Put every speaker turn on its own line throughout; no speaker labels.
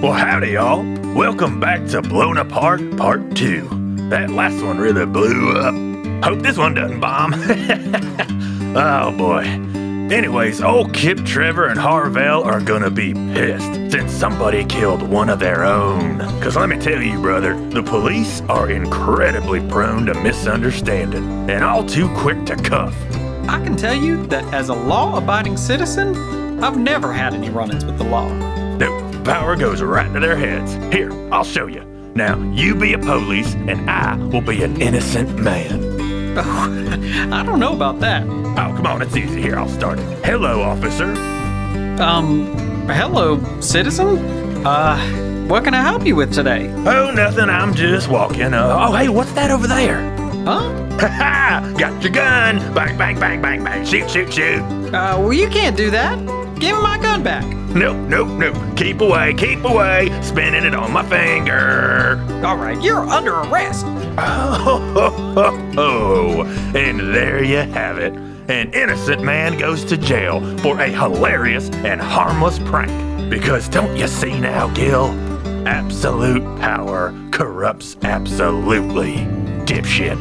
Well, howdy, y'all. Welcome back to Blown Apart Part 2. That last one really blew up. Hope this one doesn't bomb. oh, boy. Anyways, old Kip Trevor and Harvell are gonna be pissed since somebody killed one of their own. Cause let me tell you, brother, the police are incredibly prone to misunderstanding and all too quick to cuff.
I can tell you that as a law abiding citizen, I've never had any run ins with the law.
Nope, power goes right to their heads. Here, I'll show you. Now, you be a police, and I will be an innocent man.
Oh, I don't know about that.
Oh, come on, it's easy. Here, I'll start it. Hello, officer.
Um, hello, citizen? Uh, what can I help you with today?
Oh, nothing, I'm just walking. Uh, oh, hey, what's that over there?
Huh? Uh,
Ha ha! Got your gun! Bang, bang, bang, bang, bang. Shoot, shoot, shoot.
Uh, well, you can't do that. Give me my gun back.
Nope, nope, nope. Keep away, keep away. Spinning it on my finger.
All right, you're under arrest.
Oh, and there you have it. An innocent man goes to jail for a hilarious and harmless prank. Because don't you see now, Gil? Absolute power corrupts absolutely. Dipshit.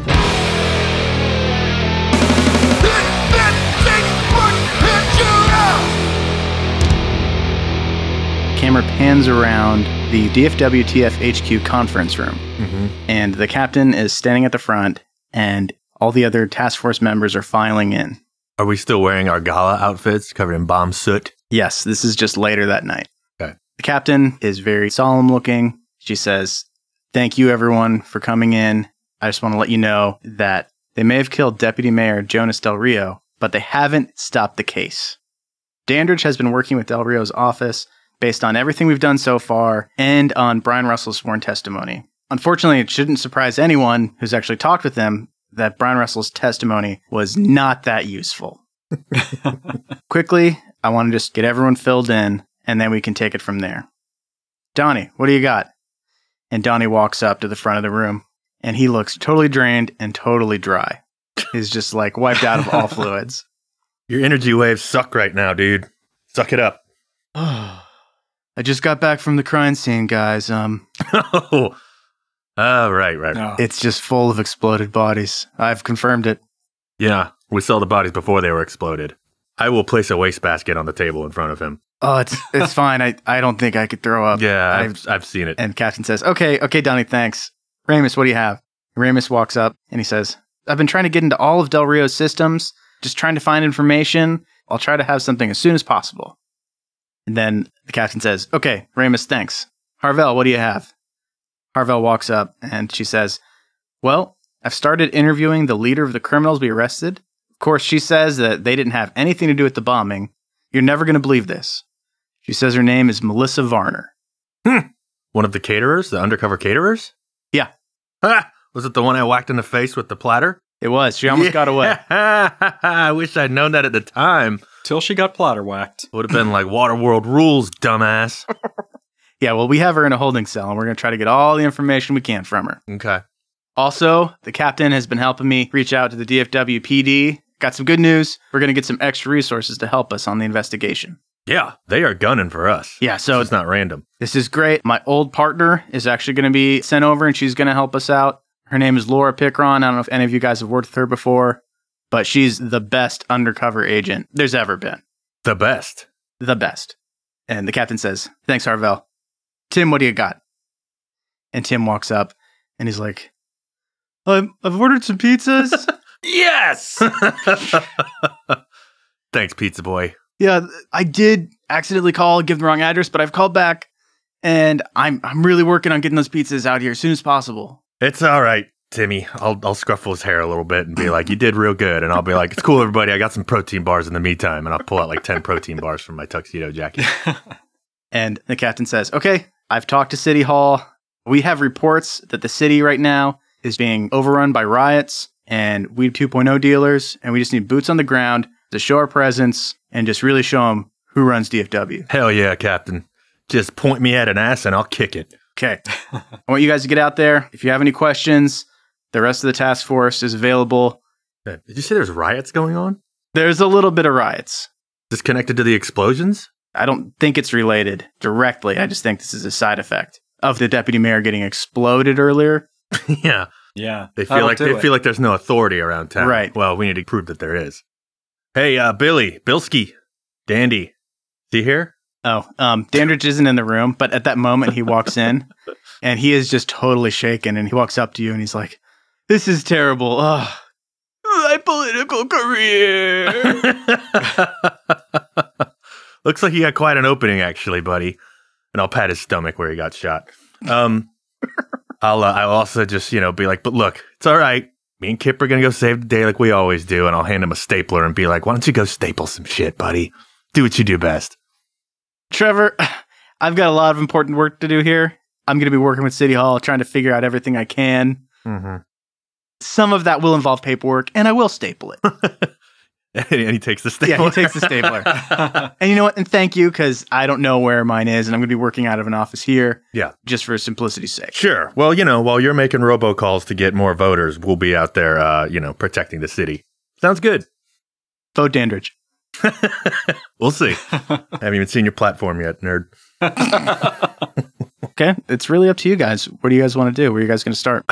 Camera pans around the DFWTF HQ conference room,
Mm-hmm.
and the captain is standing at the front, and all the other task force members are filing in.
Are we still wearing our gala outfits covered in bomb soot?
Yes, this is just later that night.
Okay.
The captain is very solemn looking. She says, Thank you, everyone, for coming in. I just want to let you know that they may have killed Deputy Mayor Jonas Del Rio, but they haven't stopped the case. Dandridge has been working with Del Rio's office based on everything we've done so far and on Brian Russell's sworn testimony. Unfortunately, it shouldn't surprise anyone who's actually talked with them that Brian Russell's testimony was not that useful. Quickly, I want to just get everyone filled in and then we can take it from there. Donnie, what do you got? And Donnie walks up to the front of the room and he looks totally drained and totally dry. He's just like wiped out of all fluids.
Your energy waves suck right now, dude. Suck it up.
I just got back from the crime scene, guys. Um,
oh, right, right.
It's just full of exploded bodies. I've confirmed it.
Yeah, we saw the bodies before they were exploded. I will place a wastebasket on the table in front of him.
Oh, it's it's fine. I, I don't think I could throw up.
Yeah,
I-
I've, I've seen it.
And Captain says, Okay, okay, Donnie, thanks. Ramus, what do you have? Ramus walks up and he says, I've been trying to get into all of Del Rio's systems, just trying to find information. I'll try to have something as soon as possible. And then the captain says, Okay, Ramus, thanks. Harvell, what do you have? Harvell walks up and she says, Well, I've started interviewing the leader of the criminals we arrested. Of course, she says that they didn't have anything to do with the bombing. You're never going to believe this. She says her name is Melissa Varner.
One of the caterers, the undercover caterers?
Yeah.
Ha! Was it the one I whacked in the face with the platter?
It was. She almost got away.
I wish I'd known that at the time.
Till she got plotter whacked.
Would have been like Waterworld rules, dumbass.
Yeah, well, we have her in a holding cell, and we're going to try to get all the information we can from her.
Okay.
Also, the captain has been helping me reach out to the DFW PD. Got some good news. We're going to get some extra resources to help us on the investigation.
Yeah, they are gunning for us.
Yeah, so
It's not random.
this is great. My old partner is actually going to be sent over, and she's going to help us out. Her name is Laura Pickron. I don't know if any of you guys have worked with her before, but she's the best undercover agent there's ever been.
The best.
the best. And the captain says, Thanks, Harvell. Tim, what do you got? And Tim walks up and he's like, "Um, I've ordered some pizzas.
Yes. Thanks, Pizza Boy.
yeah, I did accidentally call, give the wrong address, but I've called back and I'm, I'm really working on getting those pizzas out here as soon as possible.
It's all right, Timmy. I'll I'll scruffle his hair a little bit and be like, "You did real good," and I'll be like, "It's cool, everybody. I got some protein bars in the meantime," and I'll pull out like ten protein bars from my tuxedo jacket.
And the captain says, Okay, I've talked to City Hall. We have reports that the city right now is being overrun by riots and Weed 2.0 dealers, and we just need boots on the ground to show our presence and just really show them who runs DFW.
Hell yeah, Captain. Just point me at an ass and I'll kick it.
Okay. I want you guys to get out there. If you have any questions, the rest of the task force is available.
Uh, Did you say there's riots going on?
There's a little bit of riots.
Is this connected to the explosions?
I don't think it's related directly. I just think this is a side effect of the deputy mayor getting exploded earlier.
yeah.
Yeah.
They feel
That'll
like
do
they
it.
feel like there's no authority around town.
Right.
Well, we need to prove that there is. Hey, uh, Billy, Bilski, Dandy, see here?
Oh, um, Dandridge isn't in the room, but at that moment he walks in and he is just totally shaken and he walks up to you and he's like, This is terrible. Ugh. My political career.
Looks like you got quite an opening, actually, buddy. And I'll pat his stomach where he got shot. Um, I'll uh, I'll also just you know be like, but look, it's all right. Me and Kip are gonna go save the day like we always do, and I'll hand him a stapler and be like, why don't you go staple some shit, buddy? Do what you do best.
Trevor, I've got a lot of important work to do here. I'm going to be working with City Hall, trying to figure out everything I can.
Mm-hmm.
Some of that will involve paperwork, and I will staple it.
and he takes the stapler.
Yeah, he takes the stapler. and you know what? And thank you, because I don't know where mine is, and I'm going to be working out of an office here.
Yeah.
Just for simplicity's sake.
Sure. Well, you know, while you're making robocalls to get more voters, we'll be out there, uh, you know, protecting the city. Sounds good.
Vote Dandridge.
We'll see. Haven't even seen your platform yet, nerd.
Okay. It's really up to you guys. What do you guys want to do? Where are you guys going to start?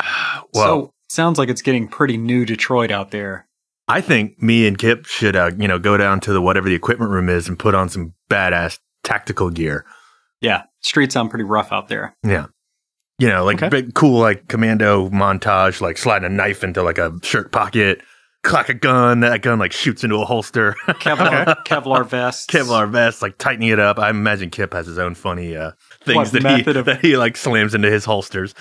Well,
So sounds like it's getting pretty new Detroit out there.
I think me and Kip should, uh, you know, go down to the whatever the equipment room is and put on some badass tactical gear.
Yeah. Streets sound pretty rough out there.
You know, like
Okay.
big, cool, like commando montage, like sliding a knife into like a shirt pocket, clack a gun. That gun like shoots into a holster.
Kevlar, Kevlar vests.
Kevlar vest, like tightening it up. I imagine Kip has his own funny uh, things
What
that he,
method of-
that he like slams into his holsters.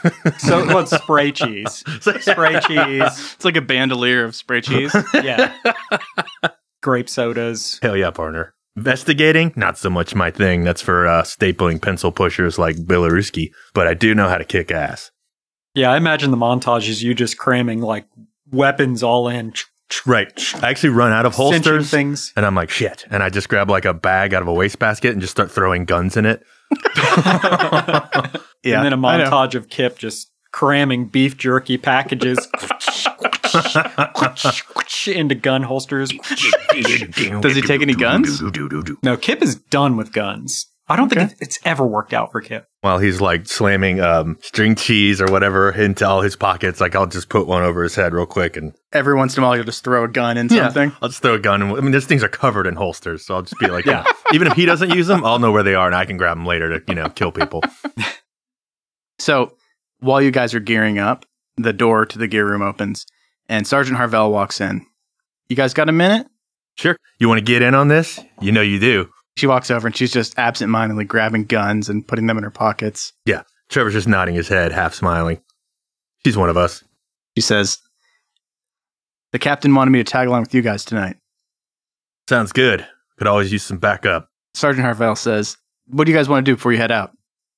So what? Spray cheese.
So,
Spray cheese.
It's like a bandolier of spray cheese.
Yeah. Grape sodas.
hell yeah, partner. Investigating, not so much my thing. That's for uh, stapling pencil pushers like Belaruski, but I do know how to kick ass.
Yeah, I imagine the montage is you just cramming like weapons all in, ch-
Right. I actually run out of
cinching
holsters.
things.
And I'm like, shit. And I just grab like a bag out of a wastebasket and just start throwing guns in it.
yeah.
and then a
I know.
montage of Kip just cramming beef jerky packages into gun holsters.
Does
he take any guns?
No, Kip is done with guns. I don't think it's, it's ever worked out for Kip.
While he's like slamming um, string cheese or whatever into all his pockets, like I'll just put one over his head real quick and
Every once in a while, you'll just throw a gun in
Yeah.
something.
I'll just throw a gun. And, I mean, these things are covered in holsters, so I'll just be like, yeah. Even if he doesn't use them, I'll know where they are, and I can grab them later to you know kill people.
So while you guys are gearing up, the door to the gear room opens and Sergeant Harvell walks in. You guys got a minute?
Sure. You want to get in on this? You know you do.
She walks over and she's just absentmindedly grabbing guns and putting them in her pockets.
Trevor's just nodding his head, half smiling. She's one of us.
She says, The captain wanted me to tag along with you guys tonight.
Sounds good. Could always use some backup.
Sergeant Harvell says, What do you guys want to do before you head out?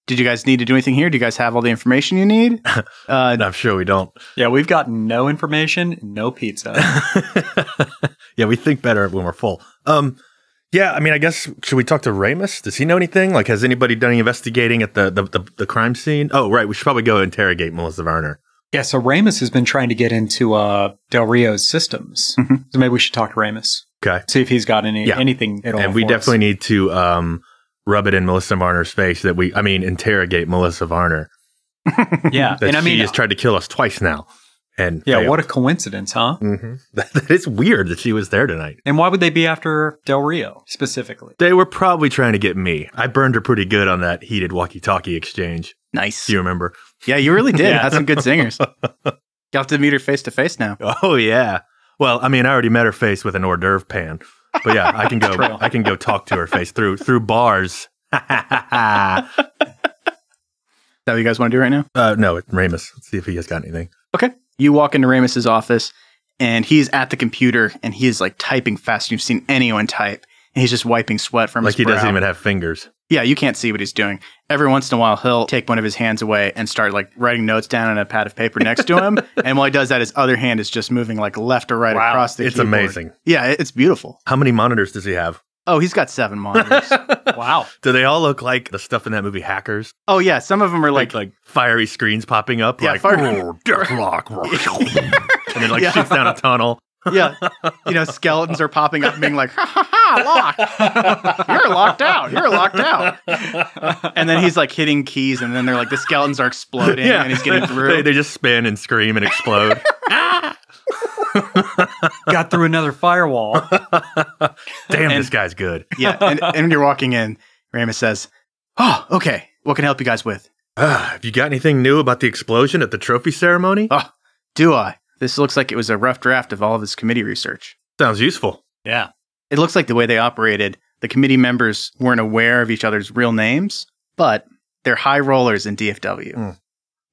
Did you guys need to do anything here? Do you guys have all the information you need? Uh,
And I'm sure we don't.
Yeah, we've gotten no information, no pizza.
yeah, we think better when we're full. Um, yeah, I mean, I guess should we talk to Ramus? Does he know anything? Like, has anybody done any investigating at the the, the, the crime scene? Oh, right, we should probably go interrogate Melissa Varner.
yeah, so Ramus has been trying to get into uh, Del Rio's systems.
Mhm.
So maybe we should talk to Ramus.
Okay.
See if he's got any
Mm-hmm. Yeah.
anything at all.
and we
for us.
definitely need to um, rub it in Melissa Varner's face that we, I mean, interrogate Melissa Varner.
Yeah.
That
and I
she
mean,
has tried to kill us twice now. And
yeah, what a coincidence, huh?
hmm that is weird that she was there tonight.
And why would they be after Del Rio specifically?
They were probably trying to get me. I burned her pretty good on that heated walkie-talkie exchange.
nice.
Do you remember?
Yeah, you really did.
Yeah.
Had some good singers. You'll have to meet her face to face now.
Oh yeah. Well, I mean, I already met her face with an hors d'oeuvre pan, but yeah, I can go.
True.
I can go talk to her face through through bars. uh,
Is that what you guys want to do right now?
no, it's Ramus. Let's see if he has got anything.
you walk into Ramus's office and he's at the computer and he is like typing faster than you've seen anyone type. And he's just wiping sweat from
Like
his
he doesn't
brow.
even have fingers.
Yeah, you can't see what he's doing. Every once in a while, he'll take one of his hands away and start like writing notes down on a pad of paper next to him. and while he does that, his other hand is just moving like left or right across the
it's
keyboard.
amazing.
Yeah, it- it's beautiful.
How many monitors does he have?
Oh, he's got seven monitors.
Wow.
Do they all look like the stuff in that movie Hackers?
oh yeah, some of them are
Like
like,
like fiery screens popping up,
Yeah,
like
fire-
"Oh, Death Rock, and then like
Yeah.
shoots down a tunnel.
Yeah. You know, skeletons are popping up and being like, ha ha ha, locked. You're locked out. You're locked out. And then he's like hitting keys, and then they're like, the skeletons are exploding, and he's getting
They,
through.
they just spin and scream and explode.
Got through another firewall.
Damn,
And-
this guy's good.
yeah. And, and when you're walking in, Ramus says, Oh, okay. What can I help you guys with?
Ah, have you got anything new about the explosion at the trophy ceremony?
Oh, do I? This looks like it was a rough draft of all of his committee research.
Sounds useful.
Yeah. It looks like the way they operated, the committee members weren't aware of each other's real names, but they're high rollers in DFW.
Mm.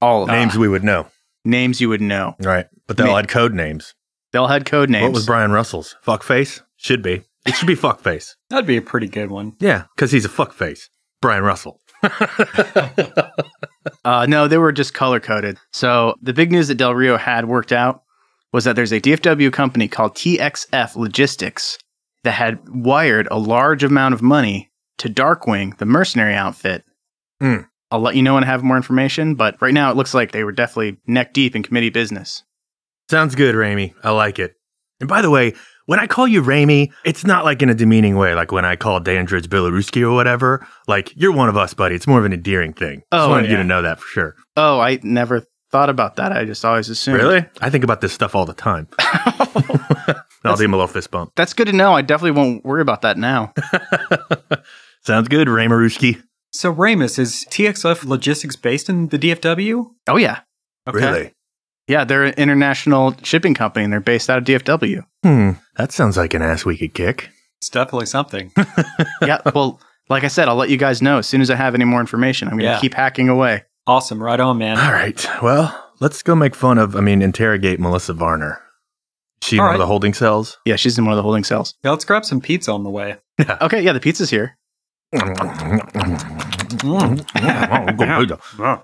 All of them.
Names we would know.
Names you would know.
Right. But they'll
Ma-
add code names.
They all had code names.
What was Brian Russell's? Fuckface? Should be. It should be fuckface.
That'd be a pretty good one.
Yeah, because he's a fuckface. Brian Russell.
Uh, no, they were just color coded. So the big news that Del Rio had worked out was that there's a DFW company called TXF Logistics that had wired a large amount of money to Darkwing, the mercenary outfit.
Hmm.
I'll let you know when I have more information, but right now it looks like they were definitely neck deep in committee business.
Sounds good, Raimi. I like it. And by the way, when I call you Raimi, it's not like in a demeaning way, like when I call Dandridge Billerusky or whatever. Like, you're one of us, buddy. It's more of an endearing thing.
Oh,
Just wanted you
yeah.
to know that for sure.
Oh, I never thought about that. I just always assumed.
Really? I think about this stuff all the time. I'll give him a little fist bump.
That's good to know. I definitely won't worry about that now.
Sounds good, Raimarooski.
So, Ramus, is TXF Logistics based in the DFW?
oh, yeah. Yeah, they're an international shipping company and they're based out of DFW.
Hmm. That sounds like an ass we could kick.
It's definitely something.
yeah. Well, like I said, I'll let you guys know as soon as I have any more information. I'm going to
Yeah.
keep hacking away.
awesome. Right on, man.
All right. Well, let's go make fun of, I mean, interrogate Melissa Varner. She in
All
one of
right.
the holding cells.
Yeah, she's in one of the holding cells.
Yeah, let's grab some pizza on the way.
Okay. Yeah, the pizza's here.
Mm.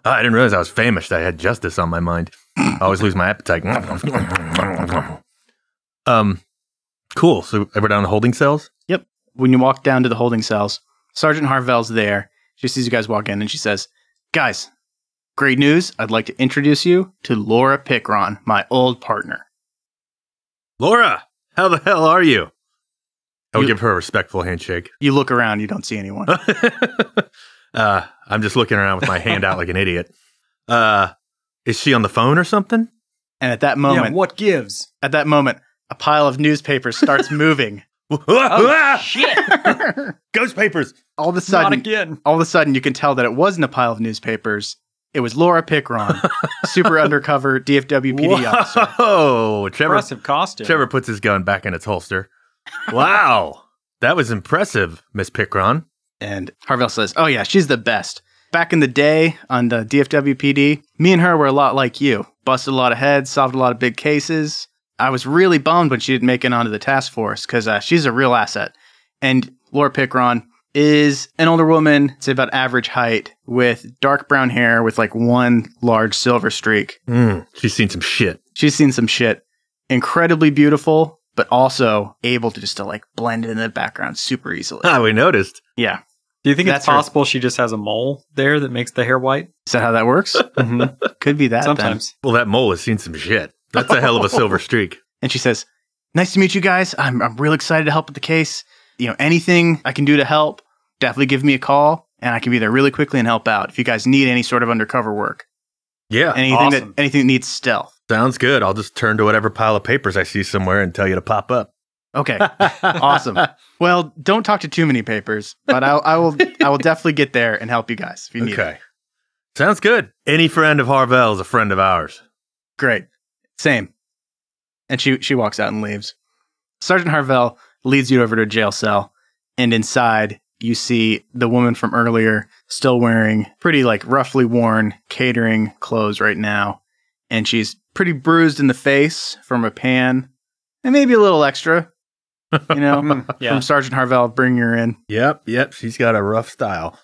I didn't realize I was famished. I had justice on my mind. I always lose my appetite. um, cool. So we're down in the holding cells.
When you walk down to the holding cells, Sergeant Harvell's there. She sees you guys walk in and she says, Guys, great news. I'd like to introduce you to Laura Pickron, my old partner.
Laura, how the hell are you? I would
You-
give her a respectful handshake.
You look around, you don't see anyone.
uh, I'm just looking around with my hand out like an idiot. Uh, is she on the phone or something?
and at that
Yeah,
moment,
what gives?
at that moment, a pile of newspapers starts moving.
Shit.
Ah! Ghost papers.
All of a
Not
sudden,
again.
all of a sudden you can tell that it wasn't a pile of newspapers. It was Laura Pickron, super undercover DFW PD officer.
Whoa, Trevor.
Impressive costume.
Trevor puts his gun back in its holster. Wow, that was impressive, Miss Pickron.
And Harvell says, Oh, yeah, she's the best. Back in the day on the DFW PD, me and her were a lot like you. Busted a lot of heads, solved a lot of big cases. I was really bummed when she didn't make it onto the task force because uh, she's a real asset. And Laura Pickron is an older woman, say about average height, with dark brown hair with like one large silver streak.
Mm, she's seen some shit.
She's seen some shit. Incredibly beautiful, but also able to just to like blend in the background super easily.
Ah, we noticed.
yeah.
Do you think
That's
it's
her.
possible she just has a mole there that makes the hair white?
Is that how that works?
Mhm.
Could be that. then.
Sometimes.
Well, that mole has seen some shit. That's a hell of a silver streak.
And she says, "Nice to meet you guys. I'm I'm real excited to help with the case. You know, anything I can do to help, definitely give me a call, and I can be there really quickly and help out if you guys need any sort of undercover work,
Yeah,
anything
awesome.
that anything that needs stealth."
sounds good. I'll just turn to whatever pile of papers I see somewhere and tell you to pop up.
Okay, awesome. Well, don't talk to too many papers, but I, I will I will definitely get there and help you guys if you need. it.
Okay, sounds good. Any friend of Harvell is a friend of ours.
Great. Same. And she she walks out and leaves. Sergeant Harvell leads you over to a jail cell, and inside you see the woman from earlier still wearing pretty like roughly worn catering clothes right now, and she's pretty bruised in the face from a pan, and maybe a little extra, you know,
Mm, yeah.
from Sergeant Harvell bringing her in.
Yep, yep. She's got a rough style.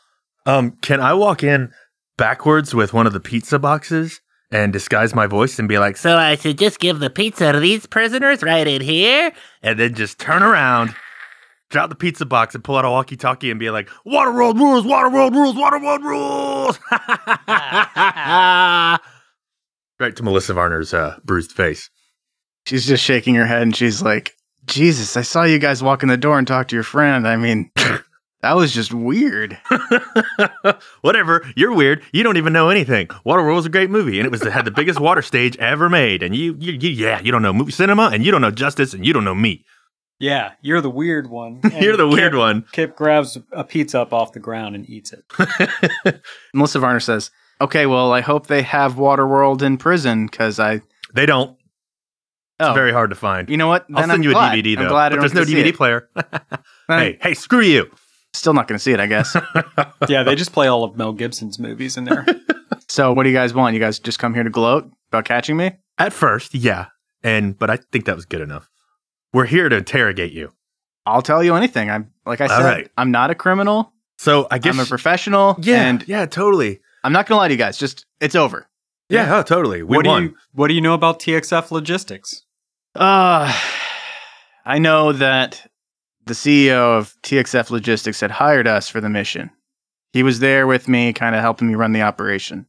Um, can I walk in backwards with one of the pizza boxes and disguise my voice and be like, "So I should just give the pizza to these prisoners right in here," and then just turn around, drop the pizza box, and pull out a walkie-talkie and be like, "Water world rules! Water world rules! Water world rules!" right to Melissa Varner's uh, bruised face.
She's just shaking her head and she's like, Jesus, I saw you guys walk in the door and talk to your friend. I mean, that was just weird.
Whatever, you're weird. You don't even know anything. Waterworld was a great movie, and it was had the biggest water stage ever made. And you, you, you, yeah, you don't know movie cinema, and you don't know justice, and you don't know me.
Yeah, you're the weird one.
You're the weird
Kip,
one.
Kip grabs a pizza up off the ground and eats it.
Melissa Varner says, Okay, well, I hope they have Waterworld in prison because I.
They don't. It's
Oh,
very hard to find.
you know what?
I'll
Then
send
I'm
you a
glad.
DVD though.
I'm glad I
but
don't
there's no
get to see
DVD
it.
player.
I'm
hey, hey, screw you.
Still not going to see it, I guess.
yeah, they just play all of Mel Gibson's movies in there.
so, what do you guys want? You guys just come here to gloat about catching me?
At first, yeah, and but I think that was good enough. We're here to interrogate you.
I'll tell you anything. I'm like I
All
said,
right.
I'm not a criminal.
So I guess
I'm a professional.
yeah,
and
yeah, totally.
I'm not gonna lie to you guys. Just it's over.
Yeah, oh, totally. We
what
won.
do you What do you know about TXF logistics?
Uh, I know that the CEO of TXF Logistics had hired us for the mission. He was there with me, kind of helping me run the operation.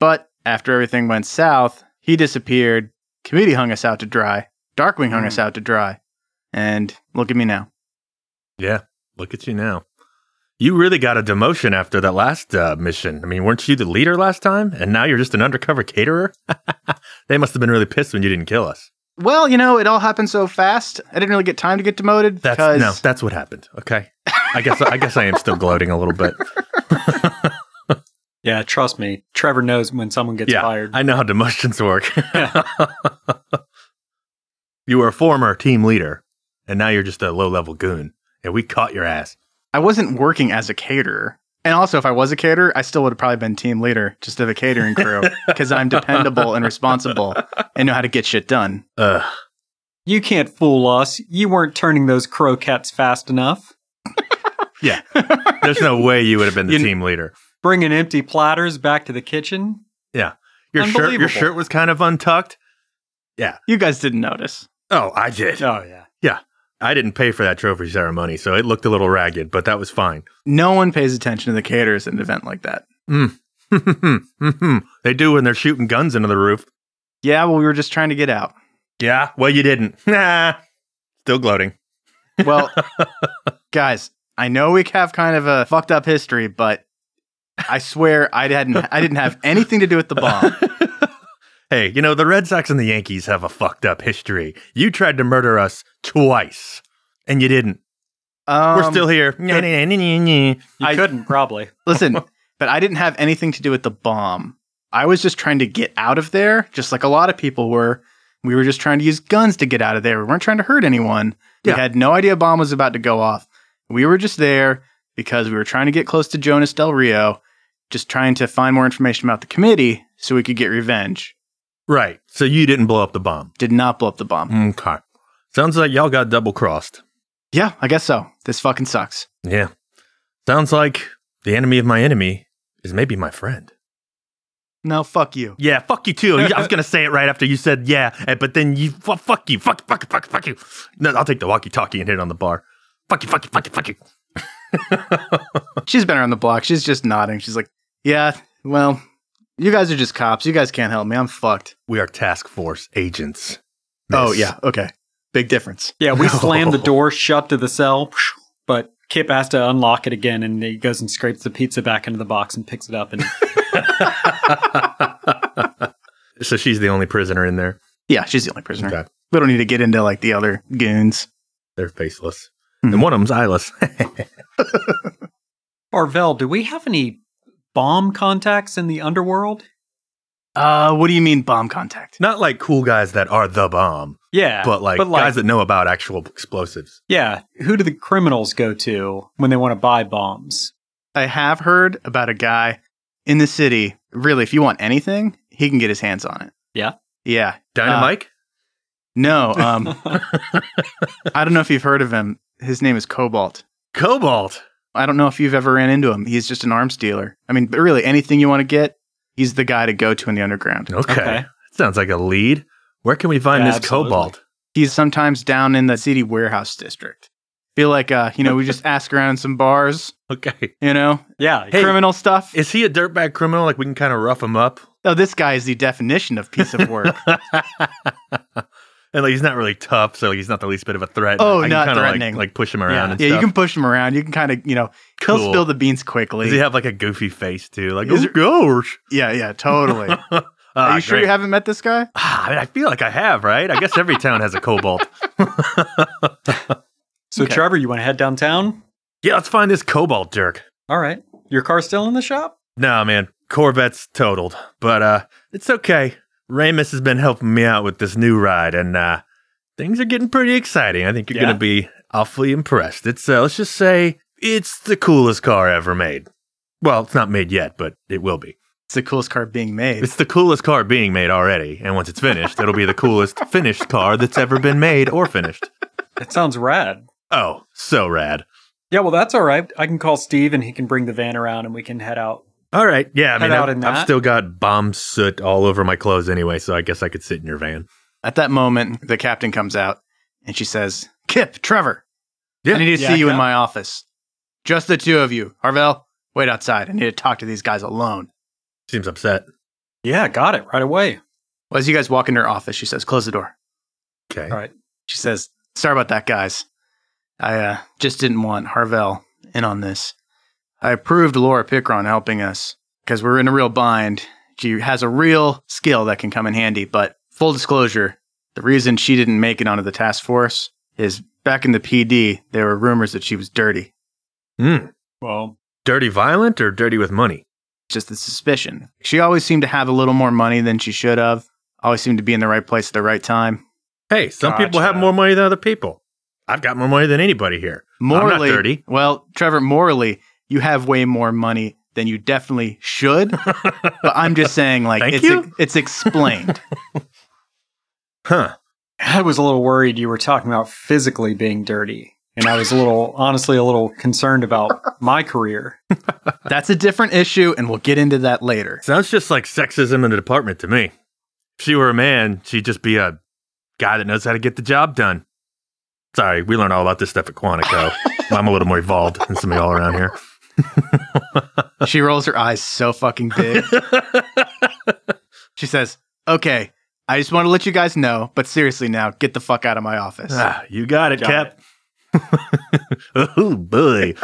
But after everything went south, he disappeared. Committee hung us out to dry. Darkwing hung us
Hmm.
out to dry. And look at me now.
Yeah, look at you now. You really got a demotion after that last uh, mission. I mean, weren't you the leader last time? And now you're just an undercover caterer? they must have been really pissed when you didn't kill us.
Well, you know, it all happened so fast. I didn't really get time to get demoted
That's
because
no, that's what happened. Okay. I guess I guess I am still gloating a little bit.
Yeah, trust me, Trevor knows when someone gets
yeah,
fired.
I know how demotions work. you were a former team leader, and now you're just a low level goon. And we caught your ass.
I wasn't working as a caterer. And also, if I was a caterer, I still would have probably been team leader just of a catering crew because I'm dependable and responsible and know how to get shit done.
Ugh.
you can't fool us. You weren't turning those croquettes fast enough.
Yeah. There's no way you would have been the
You-
team leader.
Bringing empty platters back to the kitchen.
Your shirt your
Unbelievable.
shirt was kind of untucked.
You guys didn't notice.
Oh, I did.
Oh yeah.
I didn't pay for that trophy ceremony, so it looked a little ragged, but that was fine.
No one pays attention to the caterers at an event like that.
they do when they're shooting guns into the roof.
Yeah, well, we were just trying to get out.
Yeah, well, you didn't. Nah, still gloating.
Well, guys, I know we have kind of a fucked up history, but I swear I didn't. I didn't have anything to do with the bomb.
Hey, you know the Red Sox and the Yankees have a fucked up history. You tried to murder us twice, and you didn't.
Um,
We're still here. Nyeh, nyeh, nyeh, nyeh, nyeh.
You
I-
couldn't probably.
Listen, but I didn't have anything to do with the bomb. I was just trying to get out of there, just like a lot of people were. We were just trying to use guns to get out of there. We weren't trying to hurt anyone.
Yeah.
We had no idea a bomb was about to go off. We were just there because we were trying to get close to Jonas Del Rio, just trying to find more information about the committee so we could get revenge.
Right. So you didn't blow up the bomb.
Did not blow up the bomb.
Okay. Sounds like y'all got double crossed.
Yeah, I guess so. This fucking sucks.
Yeah. Sounds like the enemy of my enemy is maybe my friend.
No, fuck you.
Yeah, fuck you too. I was gonna say it right after you said yeah, eh, but then you fu- fuck you, fuck fuck fuck fuck you. No, I'll take the walkie-talkie and hit it on the bar. Fuck you, fuck you, fuck you, fuck you.
She's been around the block. She's just nodding. She's like, yeah, well, you guys are just cops. You guys can't help me. I'm fucked.
We are task force agents.
Oh
miss.
yeah, okay. Big difference.
Yeah, we slammed the door shut to the cell, but Kip has to unlock it again, and he goes and scrapes the pizza back into the box and picks it up. And
So she's the only prisoner in there.
Yeah, she's the only prisoner.
Okay.
We don't need to get into like the other goons.
They're faceless,
Hmm.
and one of them's eyeless.
Arvel, do we have any bomb contacts in the underworld?
Uh, what do you mean bomb contact?
Not like cool guys that are the bomb,
Yeah,
but like,
but like
guys that know about actual explosives.
yeah, who do the criminals go to when they want to buy bombs?
I have heard about a guy in the city. Really, if you want anything, he can get his hands on it.
Yeah?
Yeah.
Dynamite.
No. Um, I don't know if you've heard of him. His name is Cobalt.
Cobalt.
I don't know if you've ever ran into him. He's just an arms dealer. I mean, but really, anything you want to get, he's the guy to go to in the underground.
Okay. sounds like a lead. Where can we find
Yeah,
this
absolutely.
cobalt?
he's sometimes down in the city warehouse district. Feel like uh, you know, we just ask around in some bars,
Okay.
you know,
Yeah,
Hey.
criminal stuff.
Is he a dirtbag criminal? Like we can kind of rough him up,
Oh, this guy is the definition of piece of work.
And like he's not really tough, so he's not the least bit of a threat.
Oh,
I can
not
kinda, like-
threatening.
Like, push him around.
Yeah.
and
Yeah, you
stuff.
can push him around. You can kind of, you know, he'll
Cool.
spill the beans quickly.
Does he have like a goofy face too? Like,
Is
oh gosh.
yeah, yeah, totally.
Ah,
Are you sure
great.
you haven't met this guy?
Ah, I, mean, I feel like I have, right? I guess every town has a kobold.
So,
Okay.
Trevor, you want to head downtown?
Yeah, let's find this kobold jerk.
All right. Your car's still in the shop?
Nah, man, Corvette's totaled, but uh, it's okay. Ramus has been helping me out with this new ride, and uh, things are getting pretty exciting. I think you're
Yeah.
gonna be awfully impressed. It's uh, let's just say it's the coolest car ever made. Well, it's not made yet, but it will be.
It's the coolest car being made.
It's the coolest car being made already, and once it's finished, it'll be the coolest finished car that's ever been made or finished.
That sounds rad.
Oh, so rad.
Yeah, well, that's all right. I can call Steve and he can bring the van around and we can head out.
All right. Yeah, I
Head
mean,
out
I've,
in
I've
that.
still got bomb soot all over my clothes anyway, so I guess I could sit in your van.
At that moment, the captain comes out and she says, Kip, Trevor,
Yeah.
I need to
Yeah,
see you in
Cap.
my office. Just the two of you. Harvell, wait outside. I need to talk to these guys alone.
Seems upset.
Yeah, got it right away.
Well, as you guys walk into her office, she says, Close the door.
Okay.
All right.
She says, Sorry about that, guys. I uh, just didn't want Harvell in on this. I approved Laura Pickron helping us because we're in a real bind. She has a real skill that can come in handy, but full disclosure, the reason she didn't make it onto the task force is back in the PD, there were rumors that she was dirty.
Mm.
Well,
Dirty violent or dirty with money?
Just the suspicion. She always seemed to have a little more money than she should have, always seemed to be in the right place at the right time.
Hey, some people have
Gotcha.
more money than other people. I've got more money than anybody here. not
Morally,
dirty.
well, Trevor, morally, you have way more money than you definitely should. but I'm just saying, like,
Thank
it's
you.
it's explained.
Huh.
I was a little worried you were talking about physically being dirty. And I was a little, honestly, a little concerned about my career.
That's a different issue, and we'll get into that later.
Sounds just like sexism in the department to me. If she were a man, she'd just be a guy that knows how to get the job done. Sorry, we learn all about this stuff at Quantico. I'm a little more evolved than some of y'all around here.
She rolls her eyes so fucking big. She says, "Okay, I just want to let you guys know, but seriously, now get the fuck out of my office."
Ah, you got it,
Got
Cap. oh boy,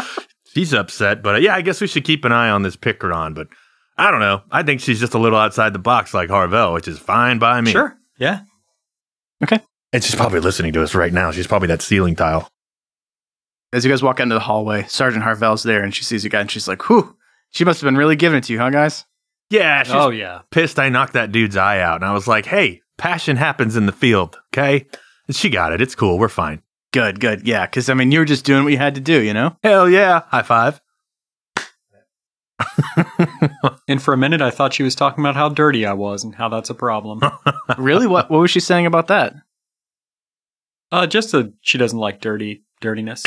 she's upset, but uh, yeah, I guess we should keep an eye on this Picaron. But I don't know. I think she's just a little outside the box, like Harvell, which is fine by me.
Sure. Yeah.
and she's probably listening to us right now. She's probably that ceiling tile.
As you guys walk into the hallway, Sergeant Harvell's there, and she sees you guys, and she's like, "Whew, she must have been really giving it to you, huh, guys?"
Yeah, she's
oh, yeah.
pissed. I knocked that dude's eye out, and I was like, "Hey, passion happens in the field, okay?" And she got it. It's cool. We're fine.
Good, good, yeah. Because I mean, you were just doing what you had to do, you know.
Hell yeah! High five.
And for a minute, I thought she was talking about how dirty I was and how that's a problem.
really, what what was she saying about that?
uh, just that she doesn't like dirty dirtiness,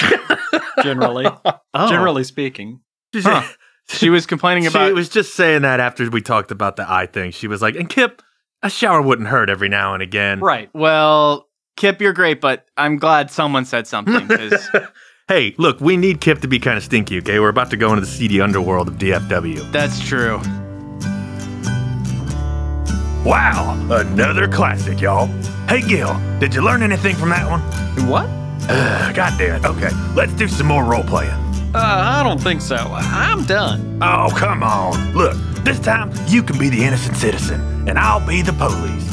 generally,
Oh,
generally speaking.
She's-
Huh. she was complaining
She
about
was just saying that after we talked about the eye thing. She was like, and Kip, a shower wouldn't hurt every now and again.
Right.
Well, Kip, you're great, but I'm glad someone said something. 'cause
Hey, look, we need Kip to be kind of stinky, okay? We're about to go into the seedy underworld of DFW.
that's true.
Wow, another classic, y'all. Hey, Gil, did you learn anything from that one?
What?
Ugh, God damn it. Okay, let's do some more role playing.
Uh, I don't think so. I'm done.
Oh, come on. Look, this time you can be the innocent citizen, and I'll be the police.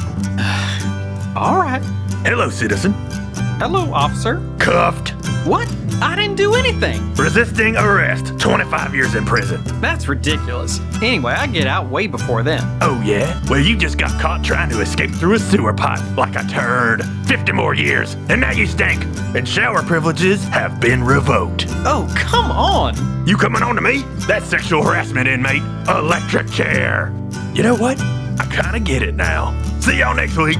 All right.
Hello, citizen.
Hello, officer.
Cuffed.
What? I didn't do anything.
Resisting arrest. 25 years in prison.
That's ridiculous. Anyway, I get out way before then.
Oh, yeah? Well, you just got caught trying to escape through a sewer pipe like a turd. 50 more years, and now you stink. And shower privileges have been revoked.
Oh, come on!
You coming on to me? That's sexual harassment, inmate. Electric chair. You know what? I kind of get it now. See y'all next week.